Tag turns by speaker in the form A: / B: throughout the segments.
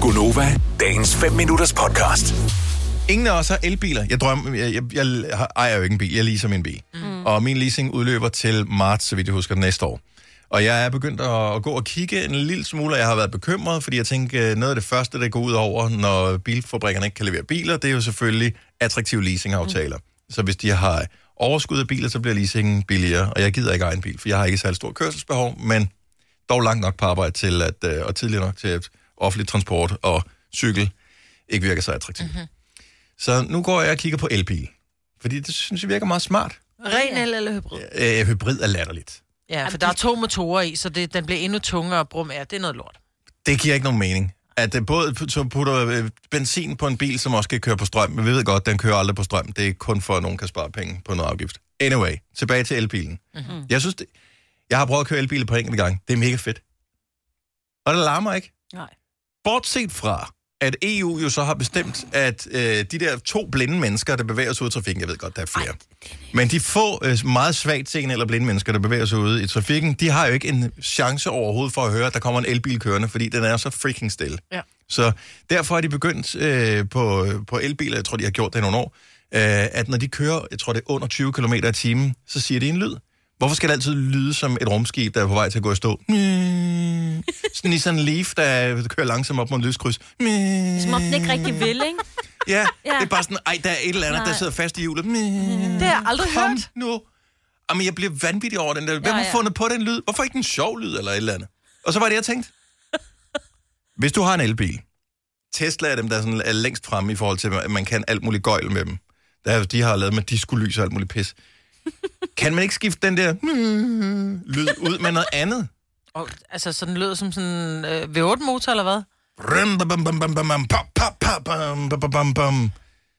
A: Gunova, dagens 5 minutters podcast.
B: Ingen af os har elbiler. Jeg drømmer, jeg, jeg, jeg har- ejer jo ikke en bil, jeg leaser min bil. Mm. Og min leasing udløber til marts, så vidt jeg husker, næste år. Og jeg er begyndt at, at gå og kigge en lille smule, og jeg har været bekymret, fordi jeg tænker, øh, noget af det første, der går ud over, når bilfabrikkerne ikke kan levere biler, det er jo selvfølgelig attraktive leasingaftaler. Mm. Så hvis de har overskud af biler, så bliver leasingen billigere, og jeg gider ikke eje en bil, for jeg har ikke særlig stor kørselsbehov, men dog langt nok på arbejde til, at, øh, og tidligere nok til, at offentlig transport og cykel ikke virker så attraktivt. Mm-hmm. Så nu går jeg og kigger på elbil. Fordi det synes jeg virker meget smart.
C: Ren el eller hybrid?
B: Øh, hybrid er latterligt.
C: Ja, for der er to motorer i, så det, den bliver endnu tungere at brumme af. Det er noget lort.
B: Det giver ikke nogen mening. At det både p- så putter øh, benzin på en bil, som også kan køre på strøm. Men vi ved godt, den kører aldrig på strøm. Det er kun for, at nogen kan spare penge på noget afgift. Anyway, tilbage til elbilen. Mm-hmm. Jeg synes, det, jeg har prøvet at køre elbiler på enkelte gang. Det er mega fedt. Og det larmer ikke.
D: Nej.
B: Bortset fra, at EU jo så har bestemt, at øh, de der to blinde mennesker, der bevæger sig ud i trafikken, jeg ved godt, der er flere, men de få øh, meget svagt seende eller blinde mennesker, der bevæger sig ude i trafikken, de har jo ikke en chance overhovedet for at høre, at der kommer en elbil kørende, fordi den er så freaking stille.
C: Ja.
B: Så derfor er de begyndt øh, på, på elbiler, jeg tror, de har gjort det i nogle år, øh, at når de kører, jeg tror, det er under 20 km i timen, så siger de en lyd. Hvorfor skal det altid lyde som et rumskib, der er på vej til at gå i stå? Mm. Sådan Nissan Leaf, der kører langsomt op mod en lyskryds. Mm.
D: Som om den ikke rigtig vil, ikke?
B: Ja, ja,
D: Ja.
B: det er bare sådan, ej, der er et eller andet, Nej. der
D: Nej.
B: sidder fast i hjulet. Det
C: har jeg aldrig
B: Kom
C: hørt.
B: nu. Jamen, jeg bliver vanvittig over den der. Hvem
D: Ja,
B: har
D: ja.
B: fundet på den lyd? Hvorfor ikke en sjov lyd eller et eller andet? Og så var det, jeg tænkte. Hvis du har en elbil, Tesla er dem, der sådan er længst fremme i forhold til, at man kan alt muligt gøjl med dem. Der, er- de har lavet med diskolys og alt muligt pis. Kan man ikke skifte den der hmm, lyd ud med noget andet?
C: Og, altså, så den lyder som sådan øh, V8-motor, eller hvad?
B: Rum, bam, bam, bam, bam, bam, pop, pop, pop, bam, bam, bam, bam, bam.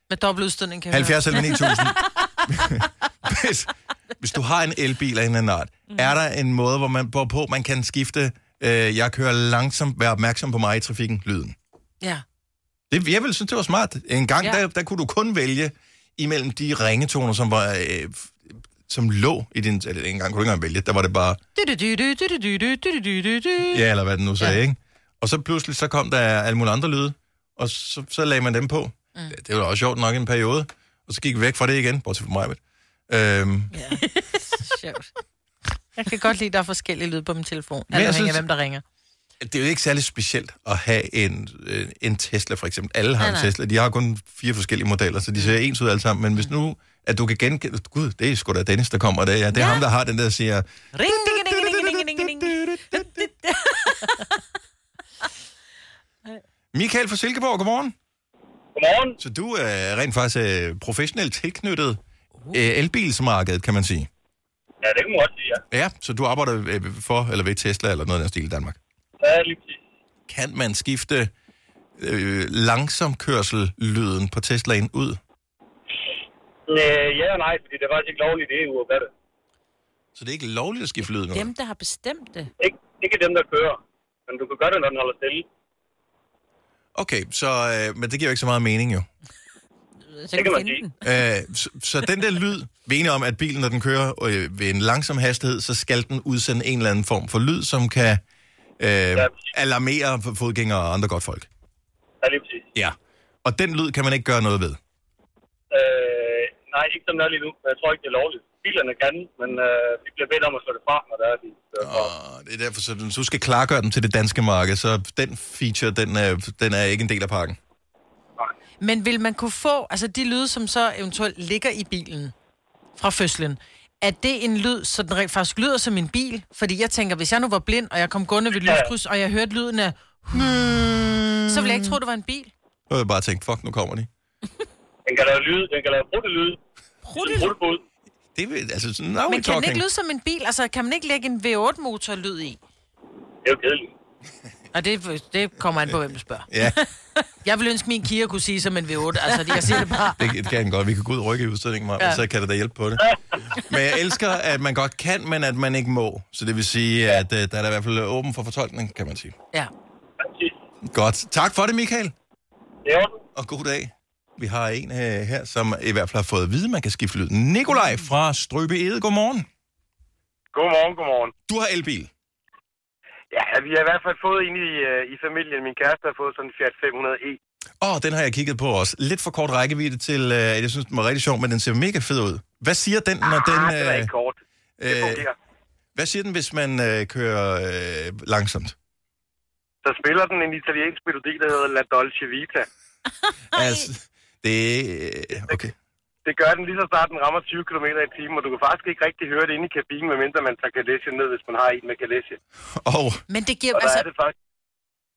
C: Med dobbelt udstødning, kan jeg
B: 70 eller 9000. hvis, hvis du har en elbil af en eller anden art, er der en måde, hvor man, hvorpå man kan skifte, øh, jeg kører langsomt, vær opmærksom på mig i trafikken, lyden?
C: høre. Ja.
B: Det, jeg ville synes, det var smart. En gang, ja.
C: Ja.
B: der, der kunne du kun vælge imellem de ringetoner, som var... Øh, f- som lå i din... Eller en gang kunne du ikke engang vælge, der var det bare...
C: Du-du-du-du, du-du-du, du-du-du-du.
B: Ja, eller hvad den nu sagde, ja.
C: Ja.
B: ikke? Og så pludselig, så kom der alle mulige andre lyde, og så, så lagde man dem på. Mm. Det, det var også sjovt nok i en periode. Og så gik vi væk fra det igen, bortset fra mig. ved. Øhm,
C: Sjovt. Jeg kan godt lide, at der er forskellige lyde på min telefon.
B: jeg
C: Alt afhængig
B: synes-
C: af, hvem der ringer.
B: det er jo ikke særlig specielt at have en, øh, en Tesla, for eksempel. Alle har
C: Nej, Mm.
B: en
C: nej.
B: Tesla. De har kun fire forskellige modeller, så de ser ens ud alle sammen. Men hvis nu, at du kan genkende... Gud, det er sgu da Dennis, der kommer. Det er, det er ja.
C: Ja.
B: ham, der har den der, siger...
C: Ring, ding, ding, ding, ding, ding, ding, ding, ding.
B: Michael fra Silkeborg, godmorgen.
E: Godmorgen.
B: Så du er rent faktisk øh, professionelt tilknyttet
C: Uh.
B: øh, elbilsmarkedet, kan man sige.
E: Ja, det kan man godt sige, ja.
B: Ja, så du arbejder øh, for eller ved Tesla eller noget af den stil i Danmark.
E: Ja, lige præcis.
B: Kan man skifte øh, langsom kørsel lyden på Teslaen ud?
E: Øh, ja og nej, fordi det er faktisk ikke lovligt i EU at gøre det.
B: Så det er ikke lovligt at skifte lyden ud?
D: Dem, der har bestemt det.
E: Ikke, ikke dem, der kører, men du kan gøre det, når den holder stille.
B: Okay, så, øh, men det giver jo ikke så meget mening jo.
D: Så kan
E: Det kan
D: du
E: man
D: finde
E: sige.
D: den.
B: Øh, så, så den der lyd, vi er enige om, at bilen, når den kører øh, ved en langsom hastighed, så skal den udsende en eller anden form for lyd, som kan øh, alarmere f- fodgængere og andre godtfolk.
E: Ja, lige præcis.
B: Ja. Og den lyd kan man ikke gøre noget ved.
E: Øh, nej, ikke som det er lige nu, men jeg tror ikke, det er lovligt. Bilerne kan, men øh, vi bliver bedt om at slå det fra, når der er de.
B: Og det er derfor, så hvis du skal klargøre dem til det danske marked, så den feature, den er, den er ikke en del af pakken.
C: Men vil man kunne få, altså de lyde, som så eventuelt ligger i bilen fra fødslen, er det en lyd, så den rent faktisk lyder som en bil? Fordi jeg tænker, hvis jeg nu var blind, og jeg kom gående ved et lyskryds, og jeg hørte lyden af...
E: Hmm.
C: Så ville jeg ikke tro, det var en bil.
B: Så har jeg bare tænkt, fuck, nu kommer de.
E: Den kan lave lyde, den kan lave brudte lyde. Brudte
B: Det vil, altså, sådan, now we're
C: Men kan den
B: talking.
C: ikke lyde som en bil? Altså, kan man ikke lægge en V8-motor-lyd i?
E: Det er jo kedeligt.
C: Og det, det kommer an på, hvem du spørger.
B: Ja,
C: Jeg ville ønske, min Kia kunne sige som en V8. Altså, jeg siger det bare.
B: det, det kan den godt. Vi kan gå ud og rykke i udstillingen, Maja, ja.
C: Ja.
B: så kan det da hjælpe på det. Men jeg elsker, at man godt kan, men at man ikke må. Så det vil sige, at uh, der er da i hvert fald åben for fortolkning, kan man sige.
C: Ja.
E: Ja, præcis.
B: Godt. Tak for det, Michael.
E: Det er orden.
B: Og god dag. Vi har en uh, her, som i hvert fald har fået at vide, at man kan skifte lyden. Nikolaj fra Strøbe Ede, godmorgen.
E: Godmorgen, godmorgen.
B: Du har elbil.
E: Ja, vi har i hvert fald fået en i, øh, i familien. Min kæreste har fået sådan en Fiat E. 500e.
B: Åh, oh, den har jeg kigget på også. Lidt for kort rækkevidde til, øh, at jeg synes, den var rigtig sjov, men den ser mega fed ud. Hvad siger den, når
E: Den, ah,
B: den...
E: det er ikke kort. Det
B: øh,
E: fungerer.
B: hvad siger den, hvis man øh, kører øh, langsomt?
E: Så spiller den en italiensk melodi, der hedder La Dolce Vita.
B: Altså, det... Øh, okay.
E: Det gør den lige så snart den rammer 20 km i timen, og du kan faktisk ikke rigtig høre det inde i kabinen, medmindre man tager kalesjen ned, hvis man har en med kalesje.
B: Og
C: Men det giver...
E: Og der
C: Altså,
E: er det faktisk...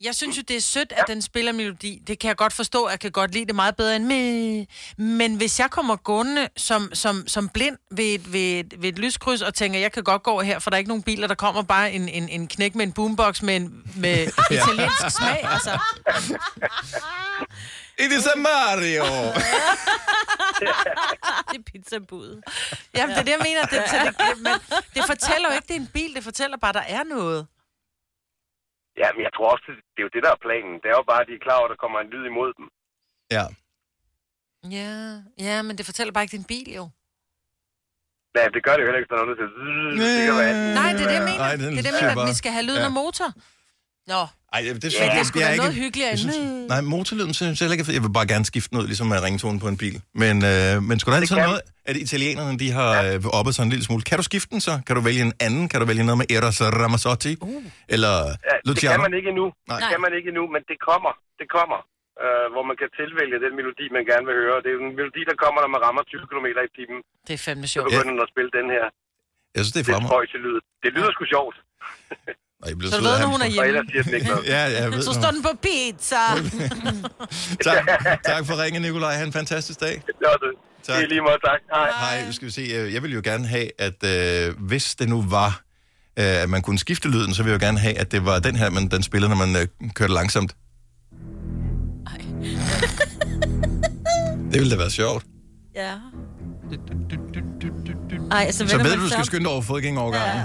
C: Jeg synes jo, det er sødt, at den spiller melodi. Det kan jeg godt forstå. Jeg kan godt lide det meget bedre end me. Men hvis jeg kommer gående som, som, som blind ved et, ved, et, ved et lyskryds og tænker, jeg kan godt gå her, for der er ikke nogen biler, der kommer bare en, en, en knæk med en boombox med, en, med italiensk smag. Altså,
B: it is a Mario!
D: Det er pizzabuddet.
C: jamen, det er det, jeg mener. Det, så det, det, man, det fortæller jo ikke, det er en bil. Det fortæller bare, der er noget.
E: Ja, men jeg tror også, det, det er jo det, der er planen. Det er jo bare, at de er klar over, at der kommer en lyd imod dem.
B: ja.
C: Ja, ja, men det fortæller bare ikke din bil, jo.
E: Ja, det gør det jo heller ikke, sådan noget, der siger... "Zzz", Det kan være alt.
C: Nej, det er det, jeg mener.
B: Ej,
C: Ej,
B: den
C: det er det,
B: synes jeg
C: jeg mener, at
B: bare-
C: vi skal have lyden
B: Ja.
C: af motor. Nå,
B: Ej, det, det synes
C: Men
B: jeg,
C: det skulle
B: jeg
C: da
B: er
C: noget
B: ikke-
C: hyggeligere
B: jeg
C: end-
B: synes, Nej, motorlyden synes jeg heller ikke, er fed. jeg vil bare gerne skifte den ud, ligesom med ringtonen på en bil. Men, øh, men skulle der altid
E: kan
B: noget, at italienerne de har ja. oppet sig en lille smule. Kan du skifte den så? Kan du vælge en anden? Kan du vælge noget med Eros Ramazzotti? Uh. Eller
E: Ja, det
B: Luciano?
E: kan man ikke endnu.
B: Nej.
E: Det kan man ikke endnu, men det kommer. Det kommer. Øh, hvor man kan tilvælge den melodi, man gerne vil høre. Det er jo en melodi, der kommer, når man rammer 20 km i timen.
C: det er fandme
E: Så
C: sjovt.
E: begynder den at spille den her.
B: Jeg synes, det er
E: Det
B: fremmer.
E: spøjse lyd. Det lyder sgu sjovt.
B: Og jeg bliver
C: Så du
B: sød af
C: ved, når
B: ham.
C: hun er
E: Og
C: hjemme.
E: ellers siger den ikke noget.
B: Ja, jeg ved.
C: Så
B: nu.
C: står den på pizza.
B: tak, tak for ringen, Nikolaj. Ha' en fantastisk dag.
E: Det var det.
B: Tak.
E: Det er lige meget, tak. Hej.
B: Hej, nu skal vi se. øh, Jeg ville jo gerne have, at øh, hvis det nu var, øh, at man kunne skifte lyden, så ville jeg jo gerne have, at det var den her, men den spiller, når man øh, kørte langsomt. Det ville da være sjovt.
D: Ja. Ej, så
B: Så
D: vender
B: ved
D: man
B: du, du
D: sig
B: skal
D: om.
B: skynde dig over fodgængovergangen.
D: Ja,